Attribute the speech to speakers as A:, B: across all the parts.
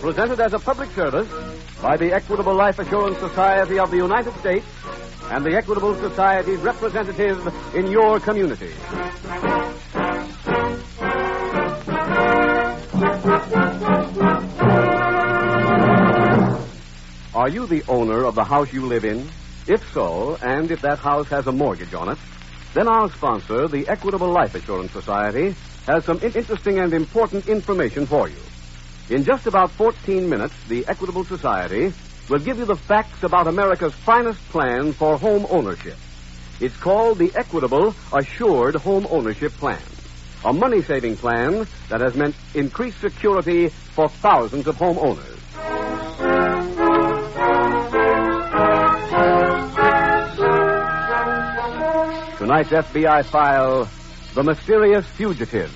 A: Presented as a public service by the Equitable Life Assurance Society of the United States and the Equitable Society's representative in your community. Are you the owner of the house you live in? If so, and if that house has a mortgage on it, then our sponsor, the Equitable Life Assurance Society, has some in- interesting and important information for you. In just about 14 minutes, the Equitable Society will give you the facts about America's finest plan for home ownership. It's called the Equitable Assured Home Ownership Plan, a money saving plan that has meant increased security for thousands of homeowners. Tonight's FBI file The Mysterious Fugitive.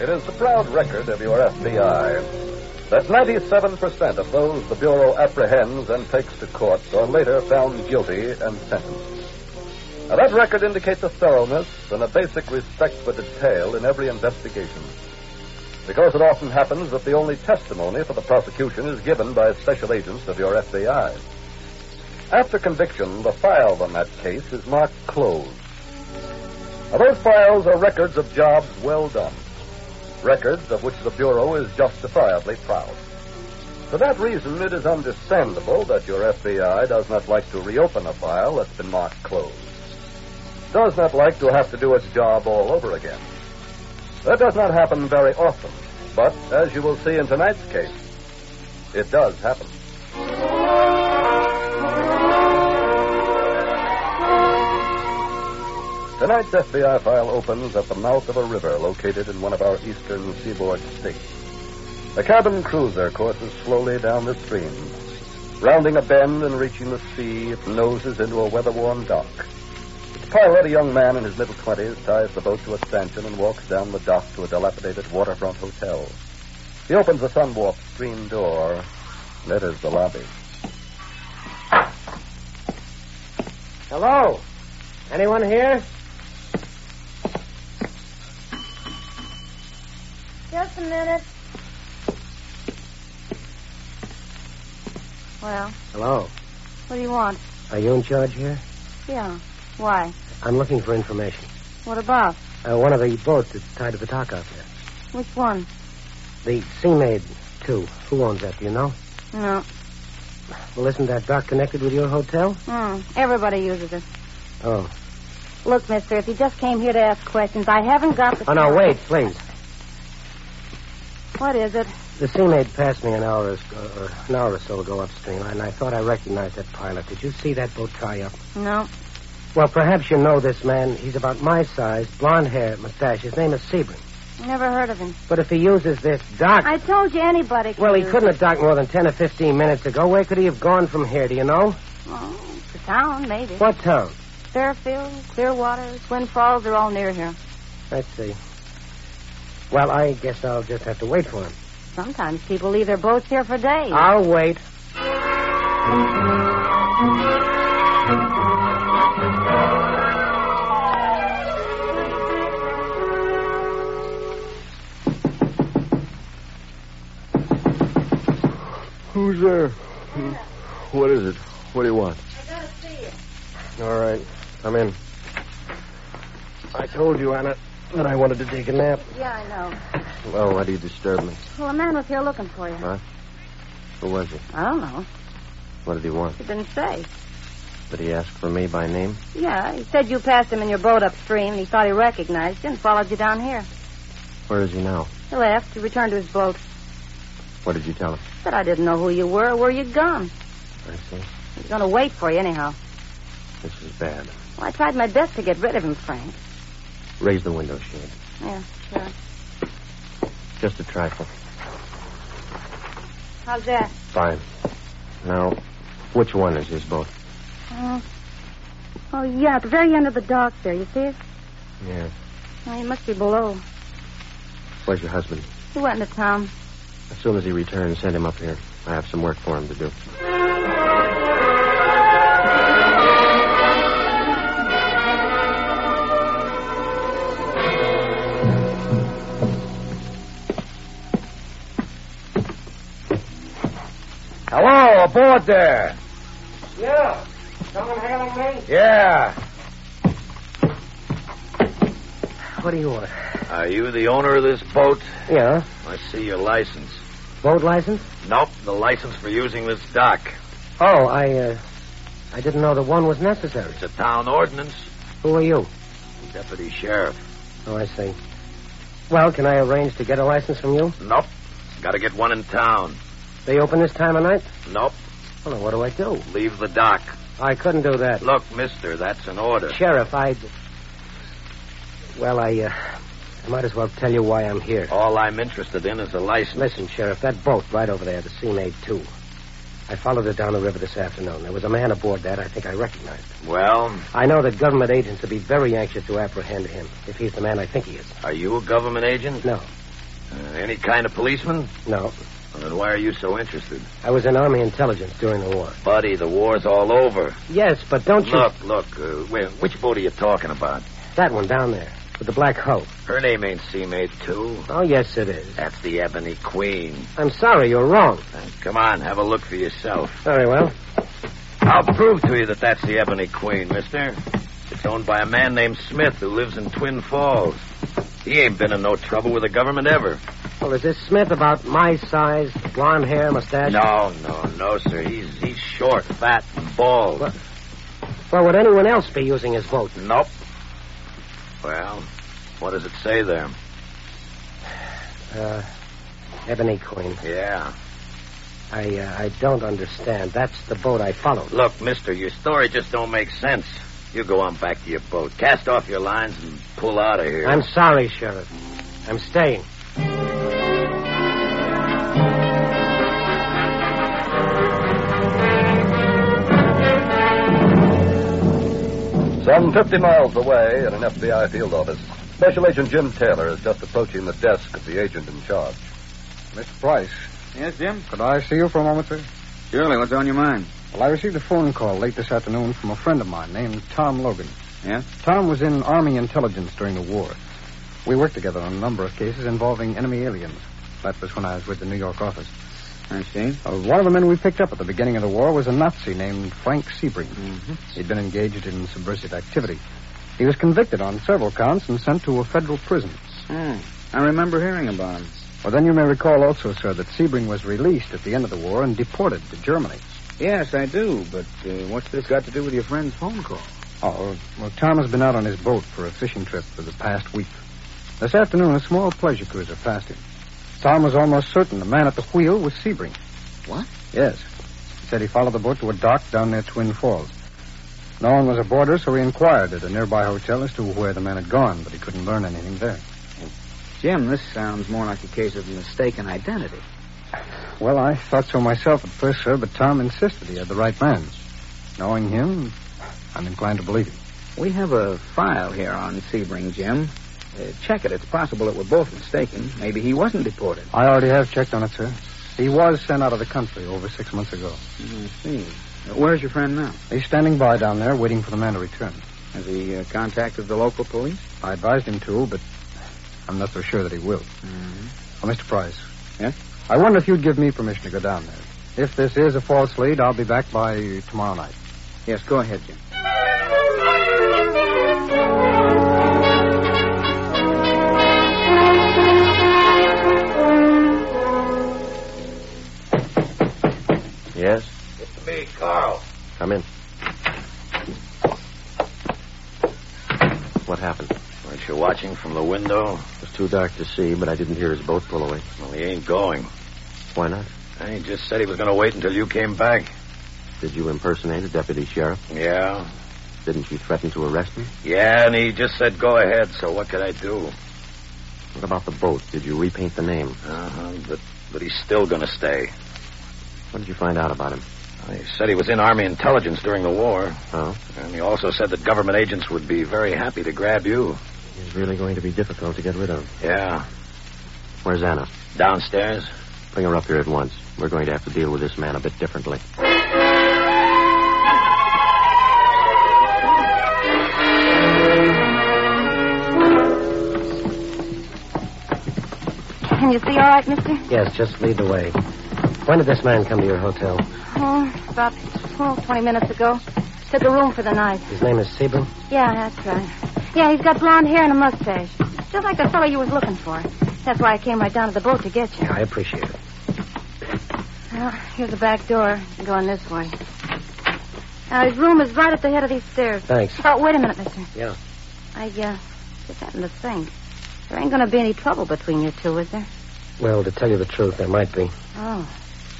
B: It is the proud record of your FBI that 97% of those the Bureau apprehends and takes to court are later found guilty and sentenced. Now, that record indicates a thoroughness and a basic respect for detail in every investigation. Because it often happens that the only testimony for the prosecution is given by special agents of your FBI. After conviction, the file on that case is marked closed. Now, those files are records of jobs well done records of which the Bureau is justifiably proud. For that reason, it is understandable that your FBI does not like to reopen a file that's been marked closed. Does not like to have to do its job all over again. That does not happen very often, but as you will see in tonight's case, it does happen. Tonight's FBI file opens at the mouth of a river located in one of our eastern seaboard states. The cabin cruiser courses slowly down the stream. Rounding a bend and reaching the sea, it noses into a weather-worn dock. Its pilot, a young man in his middle twenties, ties the boat to a stanchion and walks down the dock to a dilapidated waterfront hotel. He opens a sun-warped screen door. and enters the lobby.
C: Hello. Anyone here?
D: Just a minute. Well,
C: Hello.
D: what do you want?
C: Are you in charge here?
D: Yeah. Why?
C: I'm looking for information.
D: What about?
C: Uh, one of the boats that's tied to the dock out there.
D: Which one?
C: The Sea Maid, too. Who owns that, do you know?
D: No.
C: Well, isn't that dock connected with your hotel?
D: Mm, everybody uses it.
C: Oh.
D: Look, mister, if you just came here to ask questions, I haven't got the.
C: Oh, no, wait, please.
D: What is it?
C: The Sea Maid passed me an hour, or, or an hour or so ago upstream, and I thought I recognized that pilot. Did you see that boat tie up?
D: No.
C: Well, perhaps you know this man. He's about my size, blonde hair, mustache. His name is Sebring.
D: Never heard of him.
C: But if he uses this dock...
D: I told you anybody could.
C: Ah. Well, he
D: use
C: couldn't
D: it.
C: have docked more than 10 or 15 minutes ago. Where could he have gone from here, do you know?
D: Oh, the town, maybe.
C: What town?
D: Fairfield, Clearwater, Twin Falls, they're all near here.
C: Let's see. Well, I guess I'll just have to wait for him.
D: Sometimes people leave their boats here for days.
C: I'll wait.
A: Who's there? What is it? What do you want?
C: All right. Come in. I told you, Anna, that I wanted to take a nap.
D: Yeah, I know.
A: Well, why do you disturb me?
D: Well, a man was here looking for you.
A: Who was he?
D: I don't know.
A: What did he want?
D: He didn't say.
A: Did he ask for me by name?
D: Yeah, he said you passed him in your boat upstream, and he thought he recognized you and followed you down here.
A: Where is he now?
D: He left. He returned to his boat.
A: What did you tell him?
D: Said I didn't know who you were or where you'd gone.
A: I see.
D: He's going to wait for you anyhow.
C: This is bad.
D: Well, I tried my best to get rid of him, Frank.
C: Raise the window shade.
D: Yeah, sure.
C: Just a trifle.
D: How's that?
C: Fine. Now, which one is his boat?
D: Oh, oh yeah, at the very end of the dock there. You see it?
C: Yeah.
D: Oh, he must be below.
C: Where's your husband?
D: He went into town.
C: As soon as he returns, send him up here. I have some work for him to do.
B: Hello, aboard there.
C: Yeah. Someone hailing me?
B: Yeah.
C: What do you want?
B: Are you the owner of this boat?
C: Yeah.
B: I see your license.
C: Boat license?
B: Nope, the license for using this dock.
C: Oh, I, uh, I didn't know that one was necessary.
B: It's a town ordinance.
C: Who are you?
B: Deputy sheriff.
C: Oh, I see. Well, can I arrange to get a license from you?
B: Nope. Gotta get one in town.
C: They open this time of night?
B: Nope.
C: Well, then what do I do?
B: Leave the dock.
C: I couldn't do that.
B: Look, mister, that's an order.
C: Sheriff, I. Well, I, uh, I might as well tell you why I'm here.
B: All I'm interested in is a license.
C: Listen, Sheriff, that boat right over there, the Seamaid 2. I followed it down the river this afternoon. There was a man aboard that I think I recognized.
B: Well,
C: I know that government agents would be very anxious to apprehend him if he's the man I think he is.
B: are you a government agent?
C: No,
B: Uh, any kind of policeman?
C: no.
B: Well, then why are you so interested?
C: I was in Army intelligence during the war.
B: Buddy, the war's all over.
C: Yes, but don't you.
B: Look, look. Uh, wait, which boat are you talking about?
C: That one down there with the black hull.
B: Her name ain't Seamaid 2.
C: Oh, yes, it is.
B: That's the Ebony Queen.
C: I'm sorry, you're wrong.
B: Uh, Come on, have a look for yourself.
C: Very well.
B: I'll prove to you that that's the Ebony Queen, mister. It's owned by a man named Smith who lives in Twin Falls. He ain't been in no trouble with the government ever.
C: Well, is this Smith about my size, blonde hair, mustache?
B: No, no, no, sir. He's he's short, fat, and bald.
C: What? Well, would anyone else be using his boat?
B: Nope. Well, what does it say there?
C: Uh, Ebony Queen.
B: Yeah.
C: I uh, I don't understand. That's the boat I followed.
B: Look, mister, your story just don't make sense. You go on back to your boat. Cast off your lines and pull out of here.
C: I'm sorry, Sheriff. I'm staying.
B: Some 50 miles away at an FBI field office, Special Agent Jim Taylor is just approaching the desk of the agent in charge.
E: Mr. Price,
F: Yes, Jim?
E: could I see you for a moment, sir?
F: Surely. What's on your mind?
E: Well, I received a phone call late this afternoon from a friend of mine named Tom Logan.
F: Yeah?
E: Tom was in Army intelligence during the war. We worked together on a number of cases involving enemy aliens. That was when I was with the New York office.
F: I see.
E: Uh, one of the men we picked up at the beginning of the war was a Nazi named Frank Sebring. He'd been engaged in subversive activity. He was convicted on several counts and sent to a federal prison.
F: Hmm. I remember hearing about him.
E: Well, then you may recall also, sir, that Sebring was released at the end of the war and deported to Germany.
F: Yes, I do, but uh, what's this got to do with your friend's phone call?
E: Oh, well, Tom has been out on his boat for a fishing trip for the past week. This afternoon, a small pleasure cruiser passed him. Tom was almost certain the man at the wheel was Sebring.
F: What?
E: Yes. He said he followed the boat to a dock down near Twin Falls. No one was aboard her, so he inquired at a nearby hotel as to where the man had gone, but he couldn't learn anything there.
F: Jim, this sounds more like a case of mistaken identity.
E: Well, I thought so myself at first, sir, but Tom insisted he had the right man. Knowing him, I'm inclined to believe him.
F: We have a file here on Sebring, Jim. Uh, check it. It's possible that we're both mistaken. Maybe he wasn't deported.
E: I already have checked on it, sir. He was sent out of the country over six months ago.
F: I see. Uh, Where's your friend now?
E: He's standing by down there waiting for the man to return.
F: Has he uh, contacted the local police?
E: I advised him to, but I'm not so sure that he will. Oh, Mr. Price.
F: Mm-hmm. Yes?
E: I wonder if you'd give me permission to go down there. If this is a false lead, I'll be back by tomorrow night.
F: Yes, go ahead, Jim.
C: Yes?
B: It's me, Carl.
C: Come in. What happened?
B: Weren't you watching from the window?
C: It was too dark to see, but I didn't hear his boat pull away.
B: Well, he ain't going.
C: Why not?
B: He just said he was going to wait until you came back.
C: Did you impersonate a deputy sheriff?
B: Yeah.
C: Didn't you threaten to arrest me?
B: Yeah, and he just said go ahead, so what could I do?
C: What about the boat? Did you repaint the name?
B: Uh-huh, but, but he's still gonna stay.
C: What did you find out about him?
B: He said he was in Army intelligence during the war,
C: Oh,
B: and he also said that government agents would be very happy to grab you.
C: he's really going to be difficult to get rid of.
B: Yeah.
C: Where's Anna?
B: Downstairs?
C: Bring her up here at once. We're going to have to deal with this man a bit differently.
D: Can you see all right, mister?
C: Yes, just lead the way. When did this man come to your hotel?
D: Oh, about oh, 20 minutes ago. Took a room for the night.
C: His name is Sebring.
D: Yeah, that's right. Yeah, he's got blonde hair and a mustache. Just like the fellow you was looking for. That's why I came right down to the boat to get you.
C: I appreciate it.
D: Well, here's the back door. You're Going this way. Now, his room is right at the head of these stairs.
C: Thanks.
D: Oh, wait a minute, mister.
C: Yeah.
D: I, uh, just happened to think. There ain't gonna be any trouble between you two, is there?
C: Well, to tell you the truth, there might be.
D: Oh.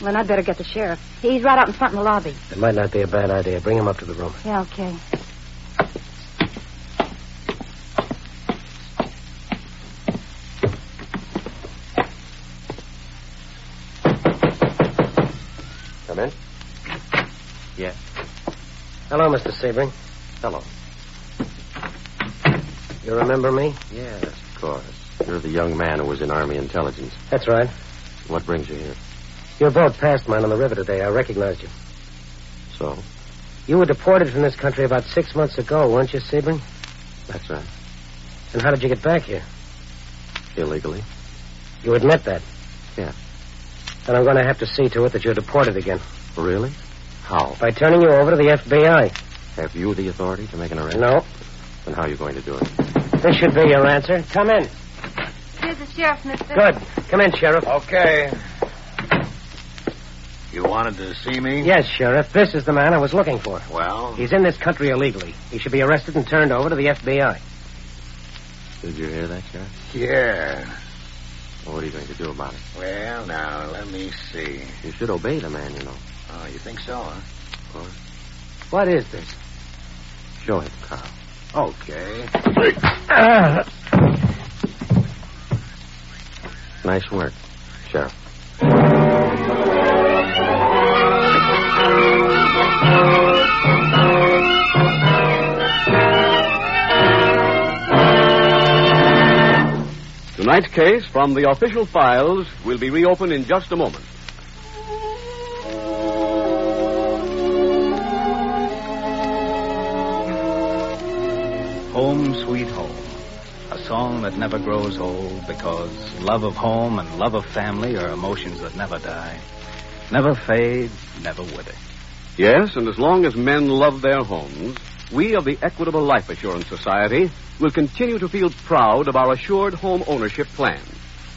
D: Well, then I'd better get the sheriff. He's right out in front in the lobby.
C: It might not be a bad idea. Bring him up to the room.
D: Yeah, okay.
C: Come in. Yeah. Hello, Mr. Sebring. Hello. You remember me? Yes, of course. You're the young man who was in Army intelligence. That's right. What brings you here? Your boat passed mine on the river today. I recognized you. So? You were deported from this country about six months ago, weren't you, Sebring? That's right. And how did you get back here? Illegally. You admit that? Yeah. Then I'm going to have to see to it that you're deported again. Really? How? By turning you over to the FBI. Have you the authority to make an arrest? No. Then how are you going to do it? This should be your answer. Come in.
D: Here's the sheriff, mister.
C: Good. Come in, Sheriff.
B: Okay. You wanted to see me?
C: Yes, Sheriff. This is the man I was looking for.
B: Well,
C: He's in this country illegally. He should be arrested and turned over to the FBI. Did you hear that, Sheriff?
B: yeah.
C: What are you going to do about it?
B: Well, now, let me see.
C: You should obey the man, you know.
B: Oh, you think so, huh?
C: What is this? Show him, Carl.
B: Okay.
C: Nice work, Sheriff.
A: Tonight's case from the official files will be reopened in just a moment.
G: Home, Sweet Home. A song that never grows old because love of home and love of family are emotions that never die, never fade, never wither.
A: Yes, and as long as men love their homes, we of the Equitable Life Assurance Society will continue to feel proud of our assured home ownership plan.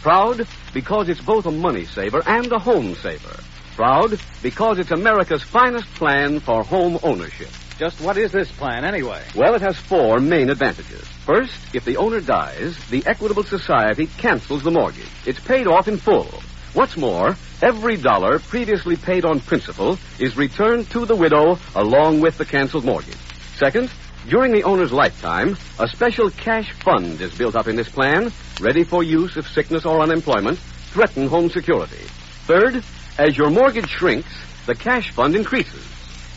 A: Proud because it's both a money saver and a home saver. Proud because it's America's finest plan for home ownership.
G: Just what is this plan, anyway?
A: Well, it has four main advantages. First, if the owner dies, the Equitable Society cancels the mortgage. It's paid off in full. What's more, every dollar previously paid on principal is returned to the widow along with the canceled mortgage. Second, during the owner's lifetime, a special cash fund is built up in this plan, ready for use if sickness or unemployment threaten home security. Third, as your mortgage shrinks, the cash fund increases.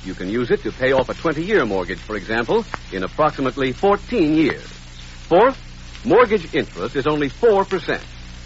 A: You can use it to pay off a 20 year mortgage, for example, in approximately 14 years. Fourth, mortgage interest is only 4%,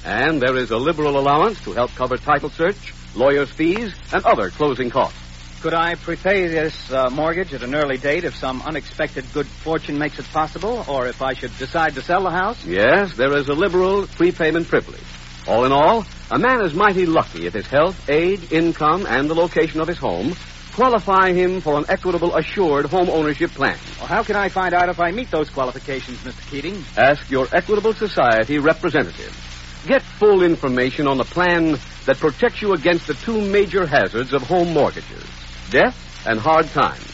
A: and there is a liberal allowance to help cover title search, lawyer's fees, and other closing costs.
G: Could I prepay this uh, mortgage at an early date if some unexpected good fortune makes it possible, or if I should decide to sell the house?
A: Yes, there is a liberal prepayment privilege. All in all, a man is mighty lucky if his health, age, income, and the location of his home qualify him for an equitable, assured home ownership plan.
G: Well, how can I find out if I meet those qualifications, Mr. Keating?
A: Ask your Equitable Society representative. Get full information on the plan that protects you against the two major hazards of home mortgages death and hard times.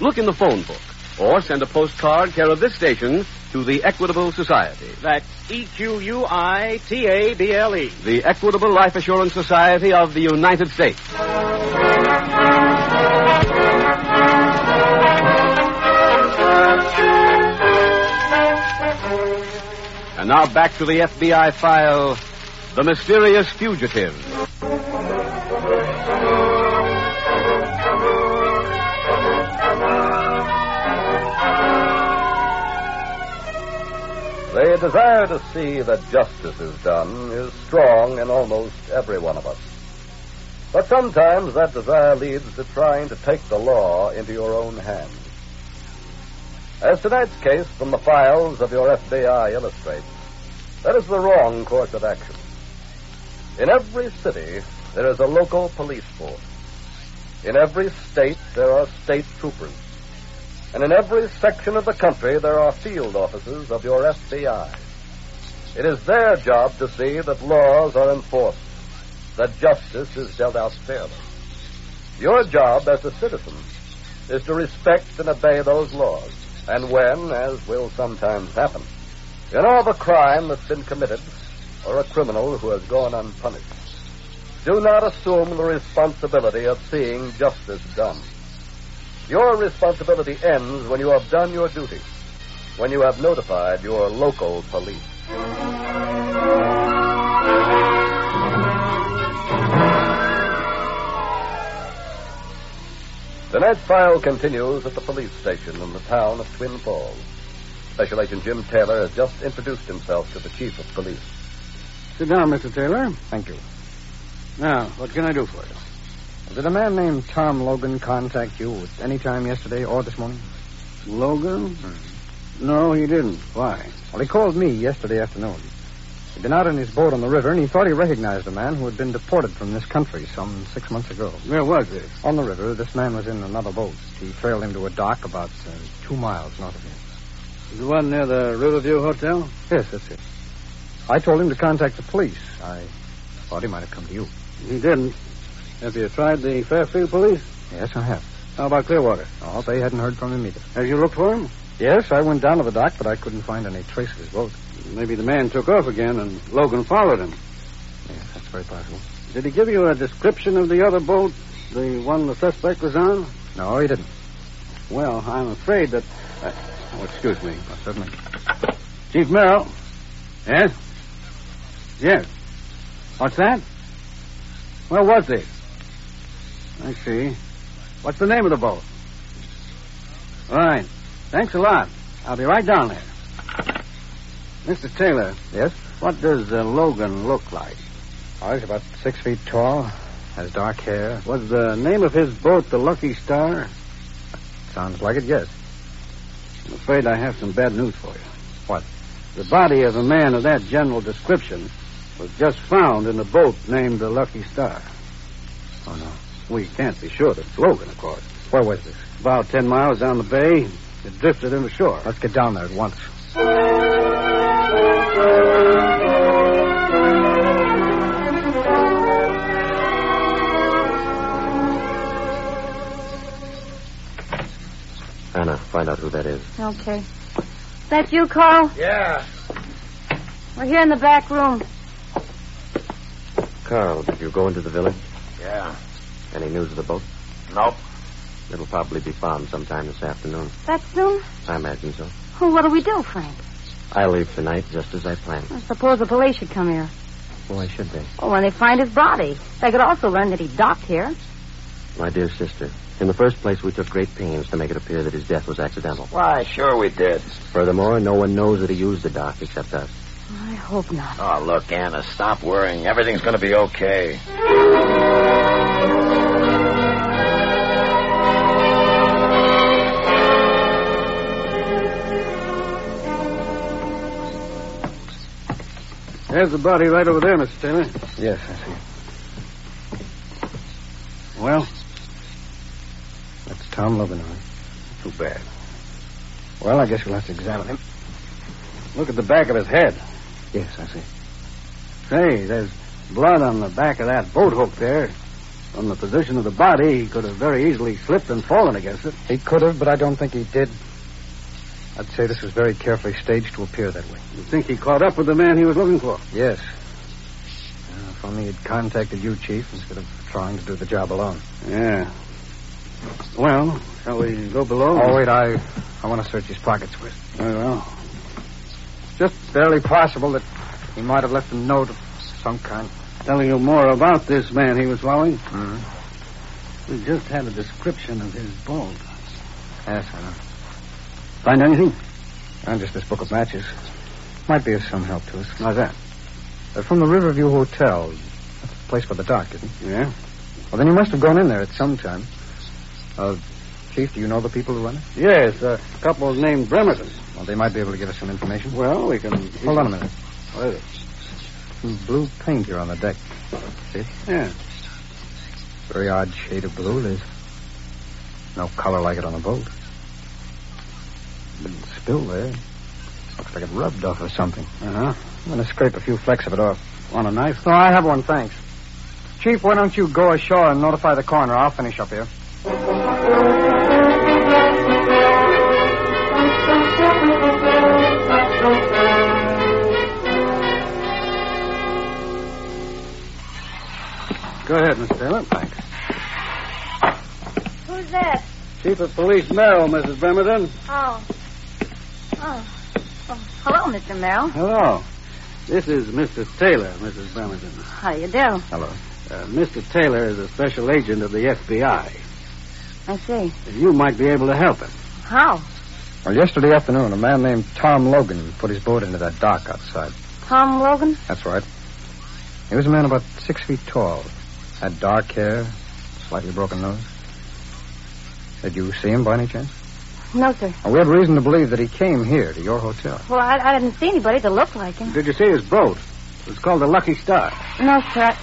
A: Look in the phone book or send a postcard care of this station to the Equitable Society.
G: That's E Q U I T A B L E.
A: The Equitable Life Assurance Society of the United States.
H: And now back to the FBI file The Mysterious Fugitive.
A: The desire to see that justice is done is strong in almost every one of us. But sometimes that desire leads to trying to take the law into your own hands. As tonight's case from the files of your FBI illustrates, that is the wrong course of action. In every city, there is a local police force. In every state, there are state troopers. And in every section of the country, there are field offices of your FBI. It is their job to see that laws are enforced, that justice is dealt out fairly. Your job as a citizen is to respect and obey those laws, and when, as will sometimes happen, you know of a crime that's been committed or a criminal who has gone unpunished. Do not assume the responsibility of seeing justice done. Your responsibility ends when you have done your duty, when you have notified your local police. Tonight's file continues at the police station in the town of Twin Falls. Special Agent Jim Taylor has just introduced himself to the chief of police.
I: Sit down, Mr. Taylor. Thank you. Now, what can I do for you? Did a man named Tom Logan contact you at any time yesterday or this morning? Logan? No, he didn't. Why? Well, he called me yesterday afternoon. He'd been out in his boat on the river, and he thought he recognized a man who had been deported from this country some six months ago. Where was this? On the river. This man was in another boat. He trailed him to a dock about uh, two miles north of here. The one near the Riverview Hotel? Yes, that's it. I told him to contact the police. I thought he might have come to you. He didn't. Have you tried the Fairfield police? Yes, I have. How about Clearwater? Oh, they hadn't heard from him either. Have you looked for him? Yes, I went down to the dock, but I couldn't find any trace of his boat.
B: Maybe the man took off again and Logan followed him.
I: Yes, that's very possible.
B: Did he give you a description of the other boat, the one the suspect was on?
I: No, he didn't.
B: Well, I'm afraid that. Uh, oh, excuse me.
I: certainly.
B: Chief Merrill. Yes? Yes. What's that? Where was he? I see. What's the name of the boat? All right. Thanks a lot. I'll be right down there. Mr. Taylor.
I: Yes?
B: What does uh, Logan look like?
I: Oh, he's about six feet tall, has dark hair.
B: Was the name of his boat the Lucky Star?
I: Sounds like it, yes.
B: I'm afraid I have some bad news for you.
I: What?
B: The body of a man of that general description was just found in a boat named the Lucky Star.
I: Oh, no.
B: We can't be sure that it's Logan, of course.
I: Where was this?
B: About ten miles down the bay, it drifted in ashore.
I: Let's get down there at once.
C: Anna, find out who that is.
D: Okay. That you, Carl?
J: Yeah.
D: We're here in the back room.
C: Carl, did you go into the village?
K: Yeah.
C: Any news of the boat?
K: Nope.
C: It'll probably be found sometime this afternoon.
D: That soon?
C: I imagine so.
D: Well, what do we do, Frank?
C: I leave tonight just as I planned.
D: I suppose the police should come here.
C: Why should they?
D: Oh, when they find his body. They could also learn that he docked here.
C: My dear sister, in the first place, we took great pains to make it appear that his death was accidental.
K: Why, sure we did.
C: Furthermore, no one knows that he used the dock except us.
D: I hope not.
K: Oh, look, Anna, stop worrying. Everything's going to be okay.
B: There's the body right over there, Mr. Taylor.
I: Yes, I see.
B: Well,
I: That's Tom Logan, all right.
B: too bad.
I: Well, I guess we'll have to examine him.
B: Look at the back of his head.
I: Yes, I see.
B: Say, there's blood on the back of that boat hook there. From the position of the body, he could have very easily slipped and fallen against it.
I: He could have, but I don't think he did. I'd say this was very carefully staged to appear that way.
B: You think he caught up with the man he was looking for?
I: Yes. Uh, if only he'd contacted you, Chief, instead of trying to do the job alone.
B: Yeah. Well, shall we go below?
I: Oh, wait, I, I want to search his pockets first.
B: Very well.
C: just barely possible that he might have left a note of some kind.
A: Telling you more about this man he was following?
C: Mm-hmm.
A: We just had a description of his boat.
C: Yes, I know.
A: Find anything?
C: And just this book of matches. Might be of some help to us.
A: How's that?
C: They're from the Riverview Hotel. That's the place for the dock, isn't it?
A: Yeah?
C: Well, then you must have gone in there at some time. Uh, Chief, do you know the people who run it?
A: Yes, a couple named Bremerton.
C: Well, they might be able to give us some information.
A: Well, we can.
C: Hold on a minute.
A: Wait.
C: Some blue paint here on the deck. See it?
A: Yeah.
C: Very odd shade of blue. There's no color like it on the boat. But it's still there. Looks like it rubbed off or something.
A: Uh huh.
C: I'm going to scrape a few flecks of it off.
A: Want a knife?
C: No, I have one, thanks. Chief, why don't you go ashore and notify the coroner? I'll finish up here.
A: Go ahead, Miss Taylor. Thanks.
D: Who's that?
A: Chief of Police Merrill, Mrs. Bremerton.
D: Oh. Oh. oh. Hello, Mr. Merrill.
A: Hello. This is Mr. Taylor, Mrs. Bremerton.
D: How you do?
A: Hello. Uh, Mr. Taylor is a special agent of the FBI.
D: I see.
A: You might be able to help him.
D: How?
C: Well, yesterday afternoon, a man named Tom Logan put his boat into that dock outside.
D: Tom Logan?
C: That's right. He was a man about six feet tall. Had dark hair, slightly broken nose. Did you see him by any chance?
D: No, sir.
C: Well, we had reason to believe that he came here to your hotel.
D: Well, I, I didn't see anybody that looked like him.
A: Did you see his boat? It's called the Lucky Star.
D: No, sir. I-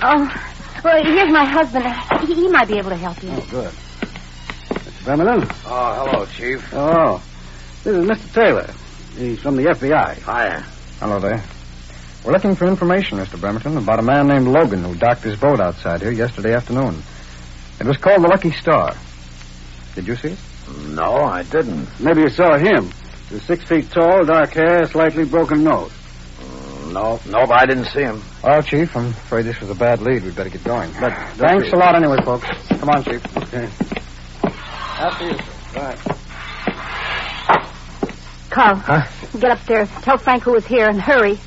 D: Oh. Well, here's my husband. He, he might be able to help you.
A: Good. Mr. Bremerton?
B: Oh, hello, Chief.
A: Oh. This is Mr. Taylor. He's from the FBI.
B: Hiya.
C: Hello there. We're looking for information, Mr. Bremerton, about a man named Logan who docked his boat outside here yesterday afternoon. It was called the Lucky Star. Did you see it?
B: No, Oh, I didn't.
A: Maybe you saw him. He's six feet tall, dark hair, slightly broken nose.
B: No, nope, I didn't see him.
C: Well, Chief, I'm afraid this was a bad lead. We'd better get going.
A: But
C: Thanks a lot anyway, folks. Come on, Chief.
A: Okay. After you, sir. Right.
D: Carl. Get upstairs. Tell Frank who was here and hurry.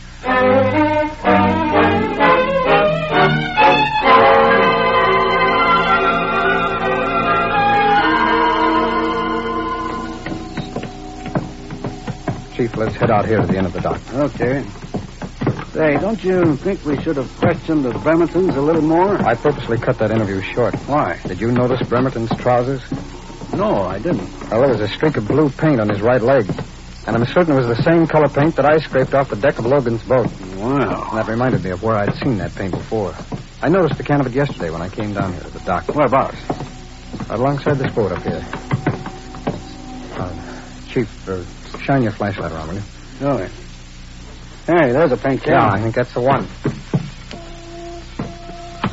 C: Chief, let's head out here to the end of the dock.
A: Okay. Say, don't you think we should have questioned the Bremertons a little more?
C: I purposely cut that interview short.
A: Why?
C: Did you notice Bremerton's trousers?
A: No, I didn't.
C: Well, there was a streak of blue paint on his right leg. And I'm certain it was the same color paint that I scraped off the deck of Logan's boat.
A: Wow.
C: And that reminded me of where I'd seen that paint before. I noticed the can of it yesterday when I came down here to the dock.
A: Whereabouts?
C: Right alongside this boat up here. Uh, Chief, uh, shine your flashlight around, will you?
A: Sure. Hey, there's a pink
C: Yeah, I
A: can.
C: think that's the one.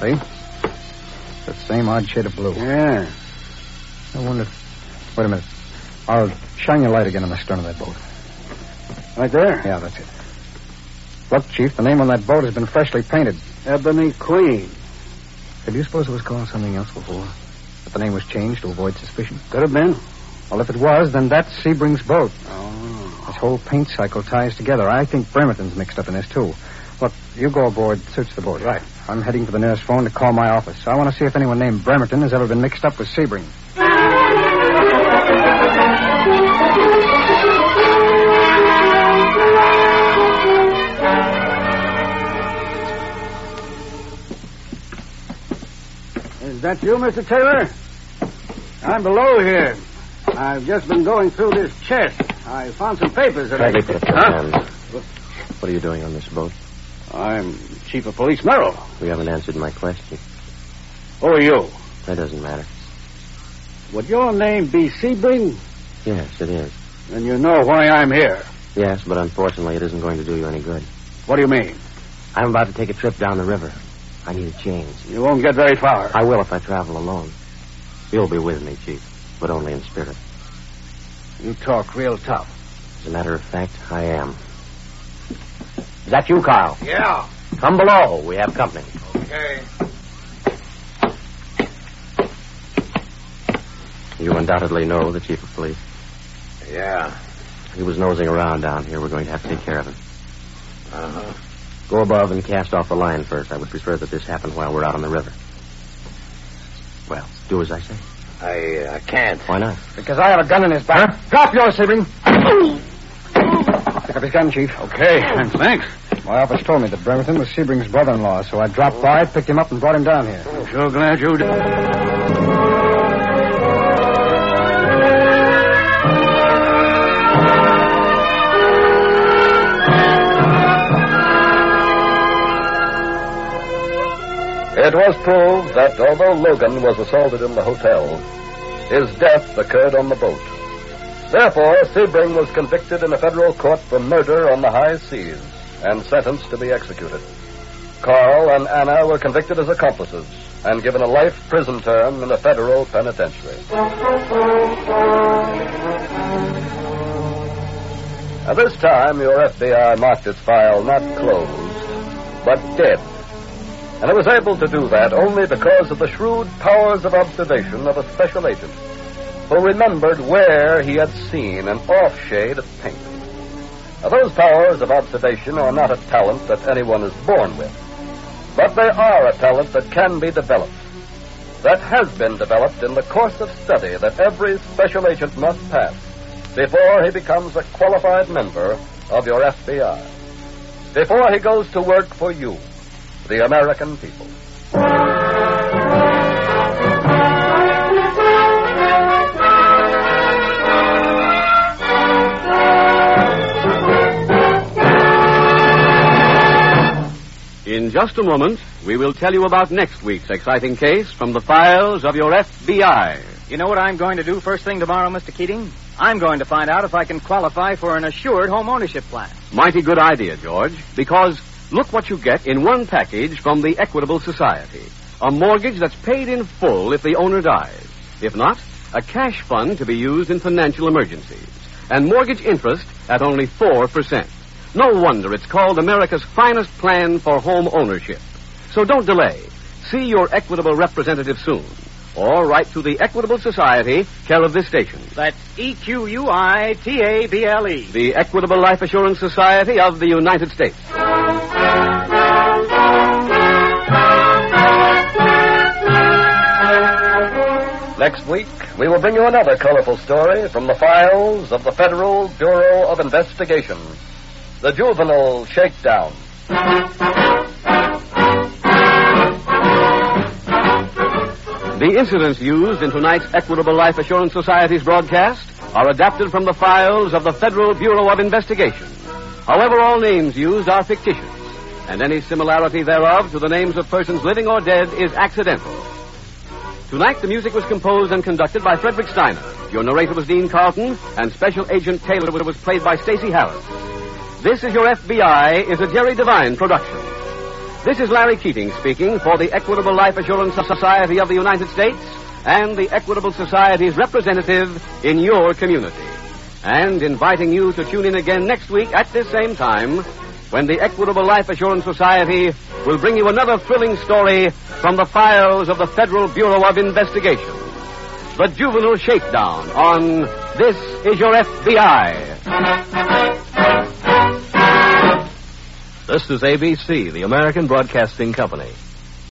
C: See? The same odd shade of blue.
A: Yeah.
C: I wonder. if- Wait a minute. I'll shine your light again on the stern of that boat.
A: Right there?
C: Yeah, that's it. Look, Chief, the name on that boat has been freshly painted.
A: Ebony Queen.
C: Did you suppose it was called something else before? That the name was changed to avoid suspicion?
A: Could have been.
C: Well, if it was, then that's Sebring's boat.
A: Oh.
C: This whole paint cycle ties together. I think Bremerton's mixed up in this, too. Look, you go aboard, search the boat. Right. I'm heading for the nearest phone to call my office. I want to see if anyone named Bremerton has ever been mixed up with Sebring.
A: Is that you, Mr. Taylor? I'm below here. I've just been going through this chest. I found some papers that I.
L: Bradley, put up your
A: Huh?
L: hand. What are you doing on this boat?
A: I'm Chief of Police Merrill.
L: You haven't answered my question.
A: Who are you?
L: That doesn't matter.
A: Would your name be Sebring?
L: Yes, it is.
A: Then you know why I'm here.
L: Yes, but unfortunately, it isn't going to do you any good.
A: What do you mean?
L: I'm about to take a trip down the river. I need a change.
A: You won't get very far.
L: I will if I travel alone. You'll be with me, Chief, but only in spirit.
A: You talk real tough.
L: As a matter of fact, I am. Is that you, Carl?
B: Yeah.
L: Come below. We have company.
B: Okay.
L: You undoubtedly know the chief of police.
B: Yeah.
L: He was nosing around down here. We're going to have to take care of him. Uh-huh. Go above and cast off the line first. I would prefer that this happen while we're out on the river. Well, do as I say.
M: I uh, can't.
L: Why not?
E: Because I have a gun in his back. Drop yours, Sebring. Pick up his gun, Chief. Okay, thanks. My office told me that Bremerton was Sebring's brother-in-law, so I dropped by, picked him up, and brought him down here.
N: I'm sure glad you did.
B: It was proved that although Logan was assaulted in the hotel, his death occurred on the boat. Therefore, Sebring was convicted in a federal court for murder on the high seas and sentenced to be executed. Carl and Anna were convicted as accomplices and given a life prison term in a federal penitentiary. At this time, your FBI marked its file not closed, but dead. And it was able to do that only because of the shrewd powers of observation of a special agent who remembered where he had seen an off shade of pink. Now, those powers of observation are not a talent that anyone is born with, but they are a talent that can be developed, that has been developed in the course of study that every special agent must pass before he becomes a qualified member of your FBI, before he goes to work for you, the American people.
A: In just a moment, we will tell you about next week's exciting case from the files of your FBI.
O: You know what I'm going to do first thing tomorrow, Mr. Keating? I'm going to find out if I can qualify for an assured home ownership plan.
A: Mighty good idea, George, because look what you get in one package from the Equitable Society a mortgage that's paid in full if the owner dies. If not, a cash fund to be used in financial emergencies, and mortgage interest at only 4%. No wonder it's called America's finest plan for home ownership. So don't delay. See your Equitable representative soon, or write to the Equitable Society, care of this station.
O: That's E Q U I T A B L E.
A: The Equitable Life Assurance Society of the United States.
B: Next week, we will bring you another colorful story from the files of the Federal Bureau of Investigation The Juvenile Shakedown.
A: The incidents used in tonight's Equitable Life Assurance Society's broadcast are adapted from the files of the Federal Bureau of Investigation. However, all names used are fictitious, and any similarity thereof to the names of persons living or dead is accidental. Tonight, the music was composed and conducted by Frederick Steiner. Your narrator was Dean Carlton, and Special Agent Taylor was played by Stacey Harris. This is Your FBI is a Jerry Devine production. This is Larry Keating speaking for the Equitable Life Assurance Society of the United States and the Equitable Society's representative in your community. And inviting you to tune in again next week at this same time when the Equitable Life Assurance Society will bring you another thrilling story from the files of the Federal Bureau of Investigation. The Juvenile Shakedown on This Is Your FBI.
P: This is ABC, the American Broadcasting Company.